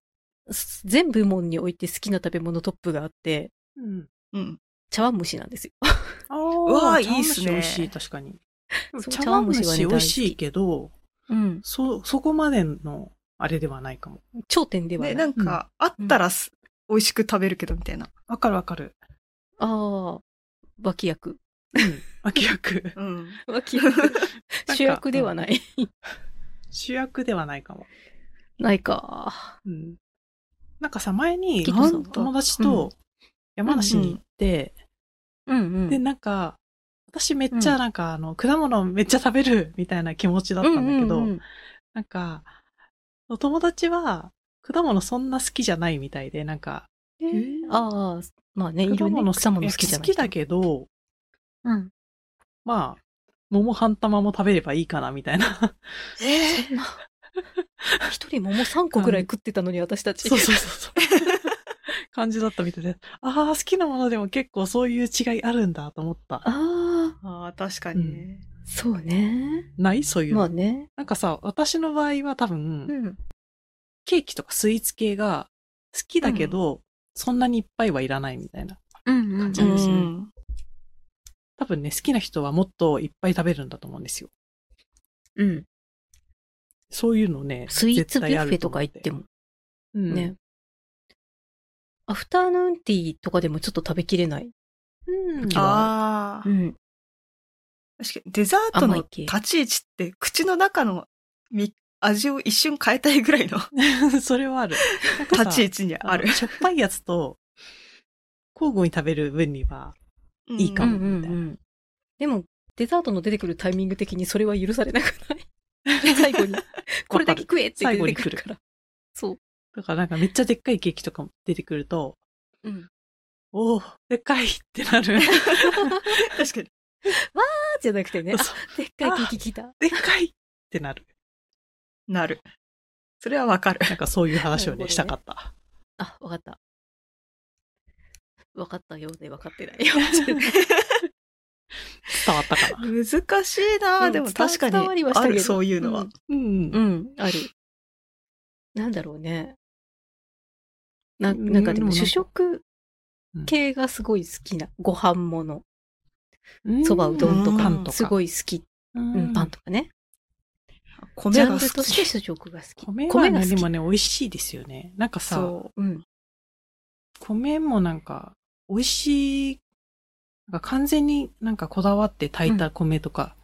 [SPEAKER 3] す全部門において好きな食べ物トップがあって、
[SPEAKER 1] うん。
[SPEAKER 2] うん。
[SPEAKER 3] 茶碗蒸しなんですよ。
[SPEAKER 1] あ
[SPEAKER 2] わあ
[SPEAKER 1] ー茶碗蒸し
[SPEAKER 2] いいっすね
[SPEAKER 1] 美味しい、確かに。
[SPEAKER 3] そう
[SPEAKER 1] 茶碗蒸
[SPEAKER 3] 茶碗蒸しはね
[SPEAKER 1] し美味しいけど、
[SPEAKER 3] うん。
[SPEAKER 1] そ、そこまでの、あれではないかも。
[SPEAKER 3] 頂点ではな
[SPEAKER 2] ね、
[SPEAKER 3] い。
[SPEAKER 2] なんか、あったらす、美味しく食べるけどみたいな。
[SPEAKER 1] わかるわかる。
[SPEAKER 3] ああ、脇役。
[SPEAKER 1] うん。脇役。
[SPEAKER 2] うん。
[SPEAKER 3] 脇役。
[SPEAKER 1] か
[SPEAKER 3] 主役ではない。
[SPEAKER 1] 主役ではないかも。
[SPEAKER 3] ないか。
[SPEAKER 1] うん。なんかさ、前に、
[SPEAKER 3] キッドさんは
[SPEAKER 1] 友達と山梨に行って、
[SPEAKER 3] うんう
[SPEAKER 1] で、
[SPEAKER 3] ん。
[SPEAKER 1] なんか、私めっちゃなんか、あの、果物めっちゃ食べるみたいな気持ちだったんだけど、
[SPEAKER 3] うんうんうん
[SPEAKER 1] なんか、お友達は果物そんな好きじゃないみたいで、なんか、
[SPEAKER 3] ああ、まあね、い
[SPEAKER 1] 果
[SPEAKER 3] るね。
[SPEAKER 1] 物
[SPEAKER 3] 草物好きじゃ
[SPEAKER 1] 好
[SPEAKER 3] ない。
[SPEAKER 1] きだけど、
[SPEAKER 3] うん。
[SPEAKER 1] まあ、桃半玉も食べればいいかなみたいな。
[SPEAKER 2] え
[SPEAKER 3] そんな一人桃3個ぐらい食ってたのに私たち。
[SPEAKER 1] そうそうそうそう。感じだったみたいで、ああ、好きなものでも結構そういう違いあるんだと思った。
[SPEAKER 3] ああ、
[SPEAKER 2] ああ、確かにね。
[SPEAKER 3] そうね。
[SPEAKER 1] ないそういうの。
[SPEAKER 3] まあね。
[SPEAKER 1] なんかさ、私の場合は多分、
[SPEAKER 3] うん。
[SPEAKER 1] ケーキとかスイーツ系が好きだけど、そんなにいっぱいはいらないみたいな。
[SPEAKER 3] うんうん
[SPEAKER 1] 感じ
[SPEAKER 2] う
[SPEAKER 1] そうですね
[SPEAKER 2] ん。
[SPEAKER 1] 多分ね、好きな人はもっといっぱい食べるんだと思うんですよ。
[SPEAKER 3] うん。
[SPEAKER 1] そういうのね、
[SPEAKER 3] スイーツ
[SPEAKER 1] 絶
[SPEAKER 3] ビ
[SPEAKER 1] 対
[SPEAKER 3] ュッ
[SPEAKER 1] あ
[SPEAKER 3] フェ
[SPEAKER 1] る
[SPEAKER 3] とか行って
[SPEAKER 1] も。
[SPEAKER 3] も
[SPEAKER 1] うん、
[SPEAKER 3] ね。。アフタヌーンティーとかでもちょっと食べきれない。
[SPEAKER 1] うん。あ
[SPEAKER 2] ああ
[SPEAKER 3] う。ん。
[SPEAKER 2] 確かに、デザートの
[SPEAKER 3] 甘い系
[SPEAKER 2] 立ち位置って、口の中のみ味を一瞬変えたいぐらいの
[SPEAKER 1] ー それはある。
[SPEAKER 2] 立ち位置にあ
[SPEAKER 1] あ
[SPEAKER 2] る
[SPEAKER 1] る。。しょっぱいやつと、交互に食べる分には、いいか
[SPEAKER 3] うん
[SPEAKER 1] も
[SPEAKER 3] うんう
[SPEAKER 1] みたい
[SPEAKER 3] ん。でも、デザートの出てくるタイミング的にそれは許されなくない 最後に。 これだけ食えって
[SPEAKER 1] 最後
[SPEAKER 3] 出
[SPEAKER 1] に
[SPEAKER 3] て
[SPEAKER 1] 来
[SPEAKER 3] く
[SPEAKER 1] る
[SPEAKER 3] るから。そう。
[SPEAKER 1] だからなんかめっちゃでっかいケーキとかも出てくると、
[SPEAKER 3] うん。
[SPEAKER 1] おおでっかいってな る。
[SPEAKER 2] 確かに。
[SPEAKER 3] あーじゃなくてね。
[SPEAKER 1] そう
[SPEAKER 3] あ、でっかいケーキ聞いた。
[SPEAKER 1] でっかいってなる。
[SPEAKER 2] なる。それはわかる。
[SPEAKER 1] なんかそういう話を
[SPEAKER 3] なるほど
[SPEAKER 1] ね、
[SPEAKER 3] ね
[SPEAKER 1] したかった。
[SPEAKER 3] あ、わかった。わかったようでわかって ないよ。
[SPEAKER 1] 伝わったかな。
[SPEAKER 2] 難しいな
[SPEAKER 3] う
[SPEAKER 2] あ
[SPEAKER 3] ん
[SPEAKER 2] でも確かに
[SPEAKER 3] 伝わりはした
[SPEAKER 2] あ
[SPEAKER 3] けど
[SPEAKER 2] る、そういうのは。
[SPEAKER 1] うん。
[SPEAKER 3] うん、ある。なんだろうね。な、
[SPEAKER 1] うん
[SPEAKER 3] なんかで
[SPEAKER 1] でもなんか
[SPEAKER 3] も主食
[SPEAKER 1] うん
[SPEAKER 3] 系がすごい好きな。ご飯もの。
[SPEAKER 1] うん
[SPEAKER 3] そばうどんと
[SPEAKER 2] うん
[SPEAKER 3] か、
[SPEAKER 1] パンとか。
[SPEAKER 3] すごい好き。
[SPEAKER 1] う
[SPEAKER 3] うんん、パンとかね。ジ
[SPEAKER 2] 米
[SPEAKER 3] ャン
[SPEAKER 2] が
[SPEAKER 3] ルと
[SPEAKER 2] 好
[SPEAKER 3] して
[SPEAKER 2] き。
[SPEAKER 3] 主食が好き。
[SPEAKER 1] 米が
[SPEAKER 3] 米が好
[SPEAKER 1] ね、
[SPEAKER 3] き
[SPEAKER 1] でもね、美味しいですよね。なんかさ、
[SPEAKER 2] そ
[SPEAKER 3] うん。
[SPEAKER 1] 米もなんか、美味しい、なんか完全になんかこだわって炊いた米とか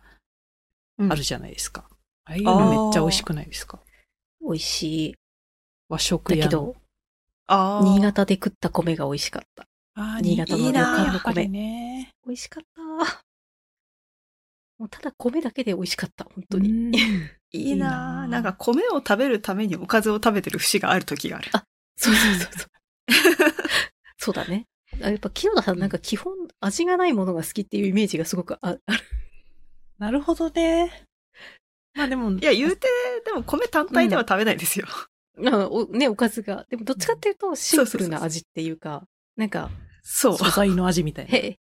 [SPEAKER 3] うん
[SPEAKER 1] あるじゃないですか。ああいうのめっちゃ美味しくないですか
[SPEAKER 3] 美味しい。
[SPEAKER 1] 和食
[SPEAKER 3] だ
[SPEAKER 1] 屋
[SPEAKER 3] け
[SPEAKER 1] の。
[SPEAKER 3] ど、
[SPEAKER 2] う。ああ。
[SPEAKER 3] 新。潟で食った米が美味しかった。
[SPEAKER 1] あー
[SPEAKER 3] 新潟の
[SPEAKER 1] いいなや
[SPEAKER 2] 旅館
[SPEAKER 3] の米
[SPEAKER 1] っぱりね。
[SPEAKER 3] 美味しかった。 もうただ米だけで美味しかった。本当
[SPEAKER 1] う
[SPEAKER 3] に。
[SPEAKER 1] ん
[SPEAKER 2] いいなあ
[SPEAKER 1] いいなあ
[SPEAKER 2] なんか米を食べるためにおかずを食べてる節がある時がある。
[SPEAKER 3] そうそうそうそう。そうだね。あやっぱ清田さんなんか基本味がないものが好きっていうイメージがすごくあある。
[SPEAKER 1] なるほどね。まあでも、
[SPEAKER 2] いや、言うて、でも米単体では食べないですよ。
[SPEAKER 3] あおね、おかずが。でもどっちかっていうとシンプル
[SPEAKER 2] そうそうそう
[SPEAKER 3] な
[SPEAKER 2] そう
[SPEAKER 3] 味っていうか、なんか、
[SPEAKER 2] そう。
[SPEAKER 1] 素材の味みたいな。
[SPEAKER 3] へ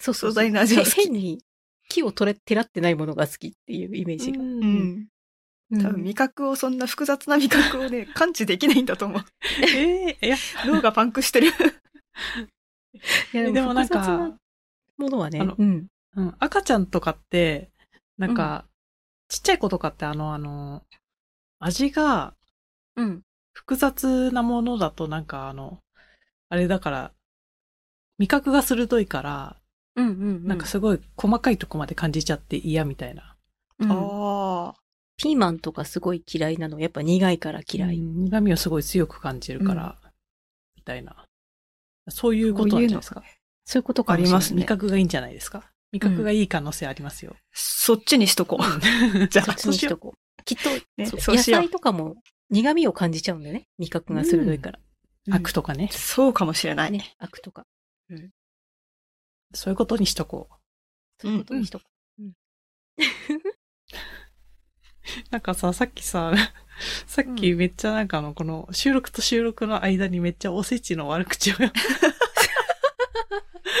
[SPEAKER 3] そうそうそう
[SPEAKER 2] 素材の味が好き
[SPEAKER 3] へ変に木を取れ、てらってないものが好きっていうイメージが。
[SPEAKER 2] う。ん。
[SPEAKER 3] うん
[SPEAKER 2] 多分味覚を、そんな複雑な味覚を ね、感知できないんだと思う。
[SPEAKER 1] ええいや、
[SPEAKER 2] 脳がパンクしてる。
[SPEAKER 3] いや
[SPEAKER 1] でもなん
[SPEAKER 3] 複雑
[SPEAKER 1] か、
[SPEAKER 3] ものはね
[SPEAKER 1] あの、
[SPEAKER 3] うん。
[SPEAKER 1] うん、赤ちゃんとかって、なんか、ちっちゃい子とかってあの、あの、味が
[SPEAKER 3] うん。
[SPEAKER 1] 複雑なものだとなんかあの、あれだから、味覚が鋭いから、
[SPEAKER 3] うんうん。
[SPEAKER 1] なんかすごい細かいとこまで感じちゃって嫌みたいな。
[SPEAKER 3] うん、
[SPEAKER 2] ああ。
[SPEAKER 3] ピーマンとかすごい嫌いなの。やっぱ苦いから嫌い。
[SPEAKER 1] うん苦味をすごい強く感じるから、みたいな。そういうことなんじゃないですか。
[SPEAKER 3] そういうことか
[SPEAKER 1] あり
[SPEAKER 3] もしれない
[SPEAKER 1] ます、味覚がいいんじゃないですか。味覚がいい可能性ありますよ。
[SPEAKER 2] そっちにしとこう。じゃ
[SPEAKER 3] そ
[SPEAKER 2] あ
[SPEAKER 3] っ、ちにしとこう。きっと、
[SPEAKER 2] ね
[SPEAKER 3] そう
[SPEAKER 2] そう
[SPEAKER 3] 野
[SPEAKER 2] しよう
[SPEAKER 3] 菜とかも苦味を感じちゃうんだよね。味覚が鋭いから。うん
[SPEAKER 1] 悪とかね。
[SPEAKER 2] そうかもしれない。
[SPEAKER 3] ね、悪とか。
[SPEAKER 1] そういうことにしとこ
[SPEAKER 3] そういうことにしとこ
[SPEAKER 1] う。なんかさ、さっきさ、 さっきめっちゃなんかあの、この収録と収録の間にめっちゃおせちの悪口を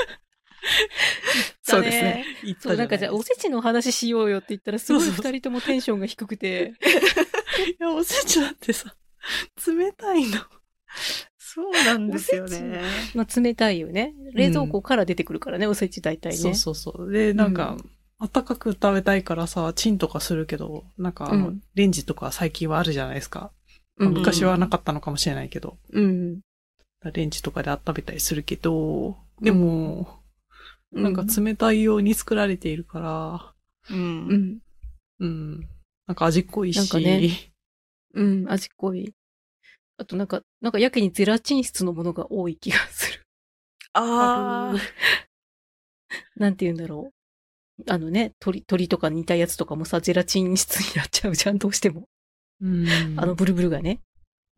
[SPEAKER 3] う。
[SPEAKER 2] そうですね。
[SPEAKER 1] 言った
[SPEAKER 3] そう、なんかじゃあ、おせちの話しようよって言ったら、すごい
[SPEAKER 1] そうそう
[SPEAKER 3] 二人ともテンションが低くて。
[SPEAKER 1] いや、おせちだってさ、 冷たいの。
[SPEAKER 2] そうなんですよ
[SPEAKER 3] お
[SPEAKER 2] ね。
[SPEAKER 3] まあ、冷たいよね。冷蔵庫から出てくるからね、おせち大体ね。
[SPEAKER 1] そうそうそう。で、なんか、あったかく食べたいからさ、チンとかするけど、なんかあの、
[SPEAKER 3] うん
[SPEAKER 1] レンジとか最近はあるじゃないですか。
[SPEAKER 3] うんうん
[SPEAKER 1] 昔はなかったのかもしれないけど、
[SPEAKER 3] うん。
[SPEAKER 1] レンジとかで温めたりするけど、でも、
[SPEAKER 3] う
[SPEAKER 1] なんか冷たいように作られているから、
[SPEAKER 2] う。
[SPEAKER 3] うんん。
[SPEAKER 1] うん。なんか味濃い
[SPEAKER 3] なん
[SPEAKER 1] し、
[SPEAKER 3] かねうん、味濃い。あとなんか、なんかやけにゼラチン質のものが多い気がする。
[SPEAKER 2] ああ、
[SPEAKER 3] なんて言うんだろう。あのね、鳥、鳥とか似たやつとかもさ、ゼラチン質になっちゃうじゃん、どうしても。
[SPEAKER 1] うん。
[SPEAKER 3] あの、ブルブルがね。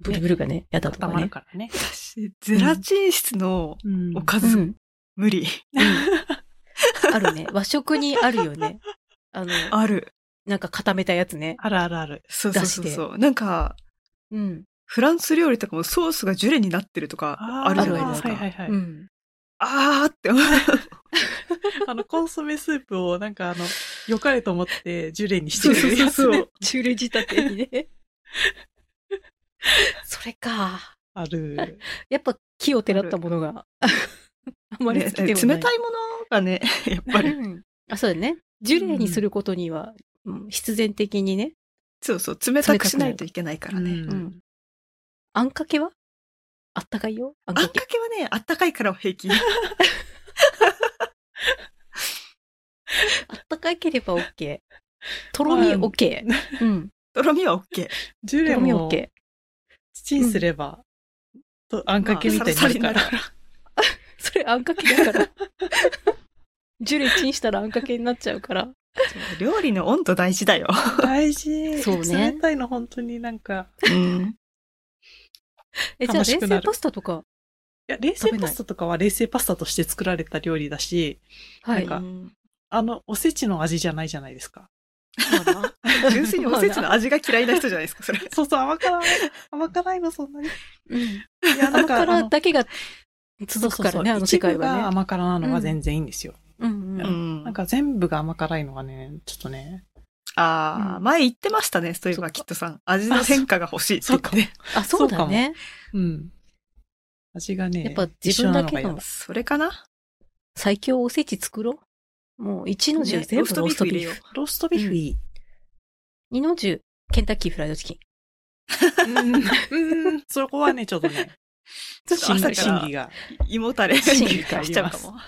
[SPEAKER 3] ブルブルがね、やだと
[SPEAKER 1] 固
[SPEAKER 3] か
[SPEAKER 1] まる
[SPEAKER 3] ね。
[SPEAKER 1] からね。
[SPEAKER 2] 私、ゼラチン質の
[SPEAKER 1] うん
[SPEAKER 2] おか
[SPEAKER 3] う
[SPEAKER 2] ず、
[SPEAKER 3] ん。
[SPEAKER 2] 無理。
[SPEAKER 3] あるね。和食にあるよね。あの、
[SPEAKER 2] ある。
[SPEAKER 3] なんか固めたやつね。
[SPEAKER 1] あるあるある。
[SPEAKER 2] そうそうそうそう。なんか、
[SPEAKER 3] うん。
[SPEAKER 2] フランス料理とかもソースがジュレになってるとかあるじゃないですか。
[SPEAKER 1] は
[SPEAKER 2] あ
[SPEAKER 1] いはいはい。
[SPEAKER 3] うん。
[SPEAKER 2] あーって思う。
[SPEAKER 1] あの、コンソメスープをなんかあの、良かれと思ってジュレにし
[SPEAKER 3] そう
[SPEAKER 1] て
[SPEAKER 3] そう
[SPEAKER 1] る
[SPEAKER 3] そう
[SPEAKER 1] やつ
[SPEAKER 3] そ
[SPEAKER 1] ね
[SPEAKER 3] う。中レ仕立てにね。それか。
[SPEAKER 1] ある。
[SPEAKER 3] やっぱ木をてらったものがあんまり好きではない。
[SPEAKER 2] 冷たいものがね、やっぱり。
[SPEAKER 3] うんあ、そうだね。ジュレにすることには、うん必然的にね。
[SPEAKER 2] そうそう、冷たくしないといけないからね。
[SPEAKER 1] うん
[SPEAKER 3] うんあんかけはあったかいよ。あん
[SPEAKER 2] あん
[SPEAKER 3] か
[SPEAKER 2] か
[SPEAKER 3] け。
[SPEAKER 2] けはね、あったかいから平気。
[SPEAKER 3] あったかければ OK。と ろみ
[SPEAKER 1] まあ
[SPEAKER 3] OK。うん。
[SPEAKER 2] とろみは OK。
[SPEAKER 1] ジュ
[SPEAKER 3] と
[SPEAKER 1] レ
[SPEAKER 3] ろみ
[SPEAKER 1] も
[SPEAKER 3] OK。
[SPEAKER 1] チンすれば、とあんかけみたいになるから。
[SPEAKER 2] まあサラサラになる
[SPEAKER 3] それあんかけだから。 ジュレチンしたらあんかけになっちゃうから。
[SPEAKER 2] 料理の温度大事だよ。
[SPEAKER 1] 大事。
[SPEAKER 3] そうね
[SPEAKER 1] 冷たいの本当になんか。
[SPEAKER 2] うん。
[SPEAKER 3] え、じゃあ
[SPEAKER 1] 楽し
[SPEAKER 3] 冷
[SPEAKER 1] くな
[SPEAKER 3] 製
[SPEAKER 1] る
[SPEAKER 3] パスタとか。
[SPEAKER 1] いや、冷製パスタとかは冷製パスタとして作られた料理だし、
[SPEAKER 3] はい。
[SPEAKER 1] なんかあの、おせちの味じゃないじゃないですか。
[SPEAKER 2] 純粋におせちの味が嫌いな人じゃないですか、それ。
[SPEAKER 1] そうそう、甘辛い、甘辛いのそんなに。い
[SPEAKER 3] うん
[SPEAKER 1] や、
[SPEAKER 3] 甘辛
[SPEAKER 1] あの
[SPEAKER 3] だけが続くからね、あの世界
[SPEAKER 1] 一部が
[SPEAKER 3] はね。
[SPEAKER 1] 甘辛なのは全然いいんですよ。
[SPEAKER 3] うんうん
[SPEAKER 2] ん
[SPEAKER 1] なんか全部が甘辛いのがね、ちょっとね。
[SPEAKER 2] ああ、
[SPEAKER 3] うん
[SPEAKER 2] 前言ってましたね、そういえ
[SPEAKER 3] そ
[SPEAKER 2] ば、
[SPEAKER 3] っか
[SPEAKER 2] きっとさん。味の変化が欲しいって言って。
[SPEAKER 3] あ、そうだね。
[SPEAKER 1] うん。味がね、
[SPEAKER 3] やっぱ自分だけの
[SPEAKER 1] 一緒なが嫌だ
[SPEAKER 2] それかな
[SPEAKER 3] 最強おせち作ろう。もう1の10
[SPEAKER 2] ね
[SPEAKER 3] 全部ローストビーフ。
[SPEAKER 2] よう。
[SPEAKER 1] ローストビーフいい。
[SPEAKER 3] 2の10ケンタッキーフライドチキン。
[SPEAKER 1] うん、うんそこはね、ちょっと ね、
[SPEAKER 2] ちょっと
[SPEAKER 1] 審
[SPEAKER 2] 朝
[SPEAKER 1] 議
[SPEAKER 2] から
[SPEAKER 1] 審議が。
[SPEAKER 2] 胃もたれ
[SPEAKER 3] 芯
[SPEAKER 2] し
[SPEAKER 3] が
[SPEAKER 2] ちゃうかも。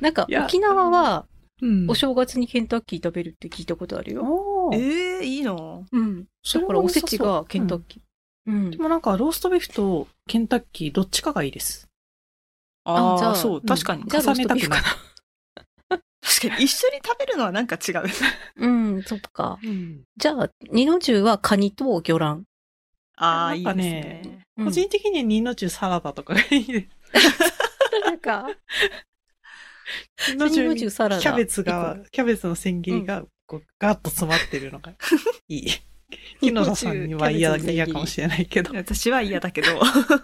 [SPEAKER 3] なんか
[SPEAKER 1] いや
[SPEAKER 3] 沖縄は
[SPEAKER 1] うん
[SPEAKER 3] お正月にケンタッキー食べるって聞いたことあるよ。
[SPEAKER 1] おー
[SPEAKER 2] ええいいの
[SPEAKER 3] うん。
[SPEAKER 1] そ
[SPEAKER 3] だ
[SPEAKER 1] れは
[SPEAKER 3] から
[SPEAKER 1] 良
[SPEAKER 3] お
[SPEAKER 1] さそう
[SPEAKER 3] せちがケンタッキー。うん
[SPEAKER 1] で。もなんか、ローストビーフとケンタッキー、どっちかがいいです。
[SPEAKER 2] あ
[SPEAKER 3] じゃ
[SPEAKER 2] あ、
[SPEAKER 3] あ
[SPEAKER 2] そう、
[SPEAKER 3] うん
[SPEAKER 2] 確かに。
[SPEAKER 3] じゃあ
[SPEAKER 1] 重ねたくない
[SPEAKER 3] ローストビーフか。
[SPEAKER 2] 確かに、一緒に食べるのはなんか違 う。
[SPEAKER 3] うん、そっか。
[SPEAKER 1] うん。
[SPEAKER 3] じゃあ、2の10はカニと魚卵。
[SPEAKER 2] ああ、
[SPEAKER 1] ないん
[SPEAKER 2] い
[SPEAKER 1] か
[SPEAKER 2] です
[SPEAKER 1] ね
[SPEAKER 2] ね。
[SPEAKER 3] うん
[SPEAKER 1] 個人的には二の中サラダとかがいいで
[SPEAKER 3] なんか、
[SPEAKER 1] す。二
[SPEAKER 3] 二の重サラダ
[SPEAKER 1] キャベツが、キャベツの千切りが、こう、ガッと詰まってるのがい い。木野田さんには嫌
[SPEAKER 3] キャベツの千切り
[SPEAKER 1] 嫌かもしれないけど。
[SPEAKER 2] 私は嫌だけど。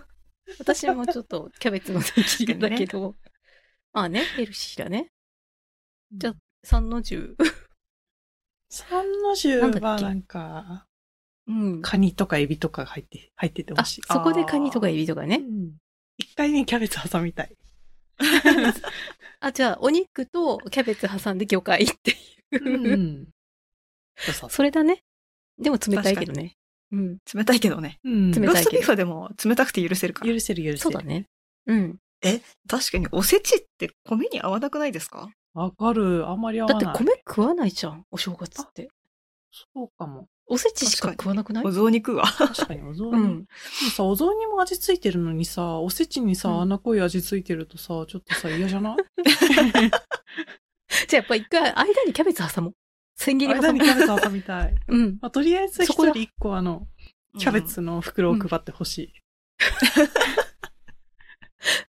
[SPEAKER 3] 私もちょっとキャベツの千切りだけど、 まあね、ヘルシーだね。じゃあ、3の10。
[SPEAKER 1] 三の重
[SPEAKER 3] なんだっ
[SPEAKER 1] は
[SPEAKER 3] け
[SPEAKER 1] なんか、
[SPEAKER 3] うん。
[SPEAKER 1] カニとかエビとかが入って、入っててほ
[SPEAKER 3] あ、
[SPEAKER 1] しい。
[SPEAKER 3] そこでカニとかエビとか
[SPEAKER 1] う
[SPEAKER 3] ね。
[SPEAKER 1] ん一回ね、キャベツ挟みたい。
[SPEAKER 3] あ、じゃあ、お肉とキャベツ挟んで魚 介っていう。
[SPEAKER 1] ん。そうそうそ
[SPEAKER 3] それだね。でも冷たいけどね。うん。
[SPEAKER 2] 冷たいけどね。
[SPEAKER 1] ううん。
[SPEAKER 3] 冷
[SPEAKER 2] ロー
[SPEAKER 3] たいけど
[SPEAKER 2] ストビーフはでも冷たくて許せるから。
[SPEAKER 1] 許せる許せる。
[SPEAKER 3] そうだね。うん。
[SPEAKER 2] 確かに、おせちって米に合わなくないですか
[SPEAKER 1] わかる。あんまり合わ
[SPEAKER 3] だ
[SPEAKER 1] な
[SPEAKER 3] っ
[SPEAKER 1] い。
[SPEAKER 3] て米食わないじゃん、お正月って。
[SPEAKER 1] そうかも。
[SPEAKER 3] おせちしか食わなくない
[SPEAKER 2] お雑煮食うわ。
[SPEAKER 1] 確かにお雑煮。
[SPEAKER 3] う
[SPEAKER 1] で
[SPEAKER 3] ん
[SPEAKER 1] もさ、お雑煮も味ついてるのにさ、おせちにさ、
[SPEAKER 3] うん
[SPEAKER 1] あんな濃い味ついてるとさ、ちょっとさ、嫌じゃない
[SPEAKER 3] じゃあやっぱ一回間にキャベツ挟もう。千切り
[SPEAKER 1] 間
[SPEAKER 3] 挟
[SPEAKER 1] に
[SPEAKER 3] も
[SPEAKER 1] キ
[SPEAKER 3] う。
[SPEAKER 1] ャベツ挟みたい。
[SPEAKER 3] うん。
[SPEAKER 1] まあ、とりあえず一
[SPEAKER 3] そこだ
[SPEAKER 1] 人一個あの、キャベツの袋を配ってほしい。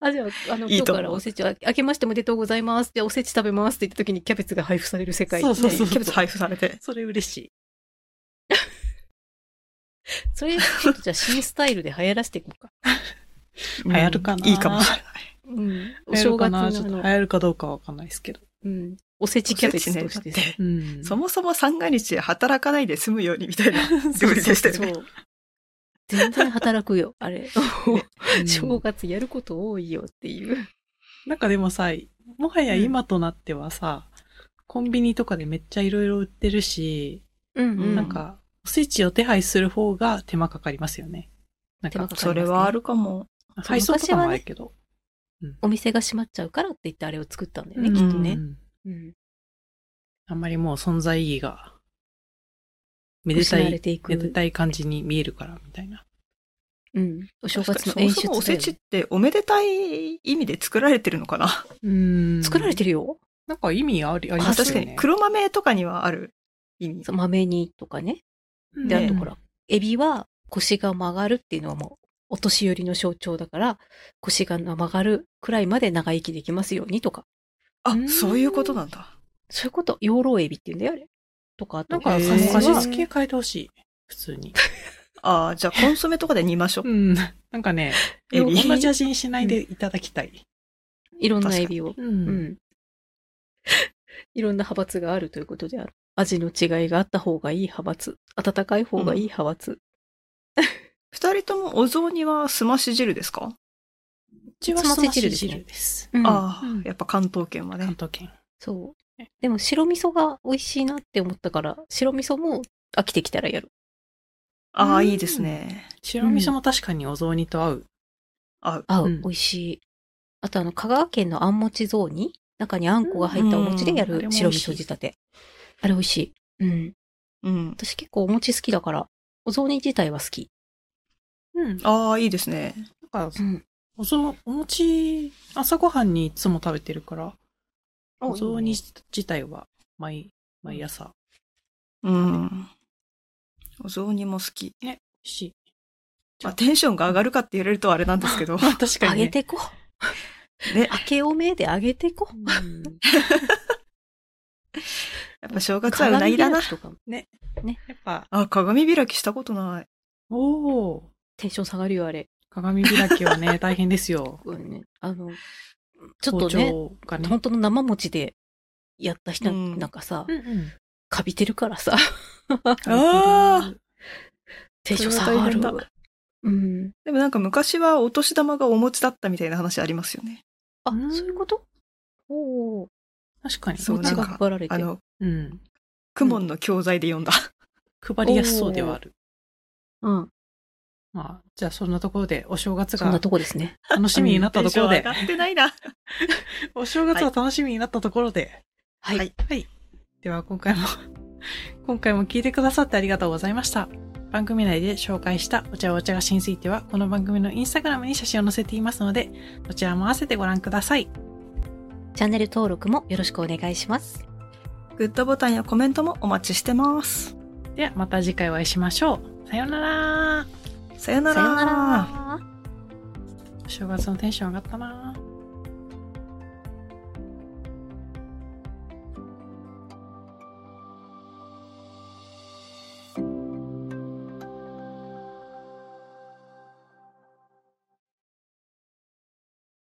[SPEAKER 3] あ、じゃあ、あの、
[SPEAKER 2] いい
[SPEAKER 3] 今
[SPEAKER 2] と思
[SPEAKER 3] 日か
[SPEAKER 2] う
[SPEAKER 3] らおせち、あ明けましておめでとうございます。じゃあおせち食べますって言った時にキャベツが配布される世界。
[SPEAKER 1] そうそう
[SPEAKER 2] うん。
[SPEAKER 1] そ
[SPEAKER 2] キ
[SPEAKER 1] う
[SPEAKER 2] ャベツ配布されて。
[SPEAKER 1] それ嬉しい。
[SPEAKER 3] それ、ちょっとじゃあ新スタイルで流行らせていこうか。
[SPEAKER 1] 流行るかな
[SPEAKER 2] うんいいかもしれない。
[SPEAKER 3] うん。お
[SPEAKER 1] 流行
[SPEAKER 3] 正
[SPEAKER 1] るか
[SPEAKER 3] 月の
[SPEAKER 1] な
[SPEAKER 3] あ
[SPEAKER 1] ちょっと流
[SPEAKER 3] の、
[SPEAKER 1] 行るかどうかはわかんないですけど。
[SPEAKER 3] うん。おせちキャベツとしてさ。
[SPEAKER 2] て
[SPEAKER 1] うん。
[SPEAKER 2] そもそも三が日働かないで済むようにみたいな料理でしたよ
[SPEAKER 3] そ
[SPEAKER 2] ね。
[SPEAKER 3] う。全然働くよ、あれ。
[SPEAKER 1] うん
[SPEAKER 3] 正月やること多いよっていう。
[SPEAKER 1] なんかでもさ、もはや今となってはさ、コンビニとかでめっちゃいろいろ売ってるし、
[SPEAKER 3] うん
[SPEAKER 2] うん
[SPEAKER 1] なんか、おせちを手配する方が手間かかりますよね。なん
[SPEAKER 3] 手間
[SPEAKER 1] か
[SPEAKER 3] か、か
[SPEAKER 2] それはあるかも。
[SPEAKER 1] 配送とかもあるけど。
[SPEAKER 3] お店が閉まっちゃうからって言ってあれを作ったんだよ
[SPEAKER 1] う
[SPEAKER 3] ね、
[SPEAKER 1] ん
[SPEAKER 3] きっとね
[SPEAKER 1] う。ん
[SPEAKER 3] うん。
[SPEAKER 1] あんまりもう存在意義が、めでた
[SPEAKER 3] 失われ
[SPEAKER 1] い、
[SPEAKER 3] ていく
[SPEAKER 1] めでたい感じに見えるから、みたいな。
[SPEAKER 3] うん。お正月
[SPEAKER 2] 確
[SPEAKER 3] の
[SPEAKER 2] かに
[SPEAKER 3] 演
[SPEAKER 2] そ
[SPEAKER 3] 出
[SPEAKER 2] もそ
[SPEAKER 3] だ
[SPEAKER 2] も
[SPEAKER 3] よ
[SPEAKER 2] おせちっ
[SPEAKER 3] ね
[SPEAKER 2] ておめでたい意味で作られてるのかな。
[SPEAKER 1] うん
[SPEAKER 3] 作られてるよ。
[SPEAKER 1] なんか意味あり、あり
[SPEAKER 2] あ
[SPEAKER 1] ます
[SPEAKER 2] 確
[SPEAKER 1] よ
[SPEAKER 2] か
[SPEAKER 1] ね。
[SPEAKER 2] に黒豆とかにはある意味。
[SPEAKER 3] そう豆にとかね。
[SPEAKER 1] うん
[SPEAKER 3] で、あと
[SPEAKER 2] ね
[SPEAKER 3] ほら、エビは腰が曲がるっていうのはもう、お年寄りの象徴だから、腰が曲がるくらいまで長生きできますようにとか。
[SPEAKER 2] あ
[SPEAKER 1] う、ん
[SPEAKER 2] そういうことなんだ。
[SPEAKER 3] そういうこと、養老エビっていうんだよ、あれ。とか、あと
[SPEAKER 1] なんか、
[SPEAKER 2] へ
[SPEAKER 1] そ
[SPEAKER 2] ー
[SPEAKER 1] の
[SPEAKER 3] カ
[SPEAKER 1] 味
[SPEAKER 3] ツは
[SPEAKER 1] 付け変えてほしい。普通に。
[SPEAKER 2] あじゃあコンソメとかで煮ましょう
[SPEAKER 1] う。ん。なんかね、
[SPEAKER 2] エ
[SPEAKER 1] 同
[SPEAKER 2] ビ。
[SPEAKER 1] じ味にしないでいただきたい。
[SPEAKER 3] いろんなエビを。
[SPEAKER 1] う。
[SPEAKER 3] うんん。 いろんな派閥があるということである。味の違いがあった方がいい派閥。温かい方がいい派閥。
[SPEAKER 2] 二人ともお雑煮はすまし汁ですか、
[SPEAKER 1] うちはすまし汁です。
[SPEAKER 3] うん
[SPEAKER 2] あ
[SPEAKER 1] うん
[SPEAKER 2] あ、やっぱ関東圏は
[SPEAKER 1] 関
[SPEAKER 2] ね。
[SPEAKER 1] 東圏。
[SPEAKER 3] そう。でも白味噌が美味しいなって思ったから、白味噌も飽きてきたらやる。
[SPEAKER 2] あ
[SPEAKER 1] う
[SPEAKER 2] あ、
[SPEAKER 1] ん
[SPEAKER 2] いいですね。
[SPEAKER 1] 白味噌も確かにお雑煮と合う。
[SPEAKER 2] あ
[SPEAKER 3] 合う。
[SPEAKER 1] うん
[SPEAKER 3] 美味しい。あとあの、香川県のあんもち雑煮中にあんこが入ったお餅でや
[SPEAKER 1] うんあれ
[SPEAKER 3] る
[SPEAKER 1] も
[SPEAKER 3] 白味噌仕立て。あれ美味しい。うん。
[SPEAKER 2] うん。
[SPEAKER 3] 私結構お餅好きだから、お雑煮自体は好き。
[SPEAKER 1] うん。
[SPEAKER 2] ああ、いいですね。
[SPEAKER 1] なんか、
[SPEAKER 3] ん。
[SPEAKER 1] お雑お餅、朝ごはんにいつも食べてるから、お雑煮自体は毎、毎朝。
[SPEAKER 2] うん。お雑煮も好き。
[SPEAKER 1] 美味しい。
[SPEAKER 2] まあ、テンションが上がるかって言われるとあれなんですけど。
[SPEAKER 1] まあ確か
[SPEAKER 3] 揚
[SPEAKER 1] にね。
[SPEAKER 3] げてこ。
[SPEAKER 2] ね。
[SPEAKER 3] 明けおめで揚げてこ。
[SPEAKER 1] うん。
[SPEAKER 2] やっぱ正月はうなぎだ
[SPEAKER 3] 鏡
[SPEAKER 2] な
[SPEAKER 3] 開。きとかも
[SPEAKER 1] やっぱ、
[SPEAKER 2] あ、鏡開きしたことない。
[SPEAKER 1] おお
[SPEAKER 3] テンション下がるよ、あれ。
[SPEAKER 1] 鏡開きはね、大変ですよ。
[SPEAKER 3] うんねあの、ちょっとね、
[SPEAKER 1] 包丁がね。
[SPEAKER 3] 本当の生餅でやった人
[SPEAKER 2] うん
[SPEAKER 3] なんかさ、
[SPEAKER 1] うんうん。
[SPEAKER 3] かびてるからさ、
[SPEAKER 2] ああ。
[SPEAKER 3] テンション下が
[SPEAKER 1] それは大変
[SPEAKER 3] る。うん。
[SPEAKER 2] でもなんか昔はお年玉がお餅だったみたいな話ありますよね。
[SPEAKER 3] あ、
[SPEAKER 1] うん
[SPEAKER 3] そういうことおお。
[SPEAKER 1] 確かに。
[SPEAKER 2] そう、な
[SPEAKER 3] 餅
[SPEAKER 2] ん
[SPEAKER 3] が
[SPEAKER 2] か
[SPEAKER 3] 配られて
[SPEAKER 2] あの、
[SPEAKER 1] うん。
[SPEAKER 2] クモンの教材で読んだ。
[SPEAKER 1] 配りやすそうではある。
[SPEAKER 3] うん。
[SPEAKER 1] まあ、じゃあそんなところで、お正月
[SPEAKER 3] そんな
[SPEAKER 1] が
[SPEAKER 3] とこですね。
[SPEAKER 1] 楽しみになったところ
[SPEAKER 2] テン
[SPEAKER 1] で
[SPEAKER 2] ション、上がってないな。
[SPEAKER 1] お正月は楽しみになったところで、
[SPEAKER 3] はい。
[SPEAKER 2] はい
[SPEAKER 1] では今回も、 今回も聞いてくださってありがとうございました。番組内で紹介したお茶やお茶菓子については、この番組のインスタグラムに写真を載せていますので、そちらも合わせてご覧ください。
[SPEAKER 3] チャンネル登録もよろしくお願いします。
[SPEAKER 2] グッドボタンやコメントもお待ちしてます。
[SPEAKER 1] ではまた次回お会いしましょう。さようなら
[SPEAKER 2] さよな
[SPEAKER 3] さような
[SPEAKER 2] ら。
[SPEAKER 3] ら。
[SPEAKER 1] お正月のテンション上がったな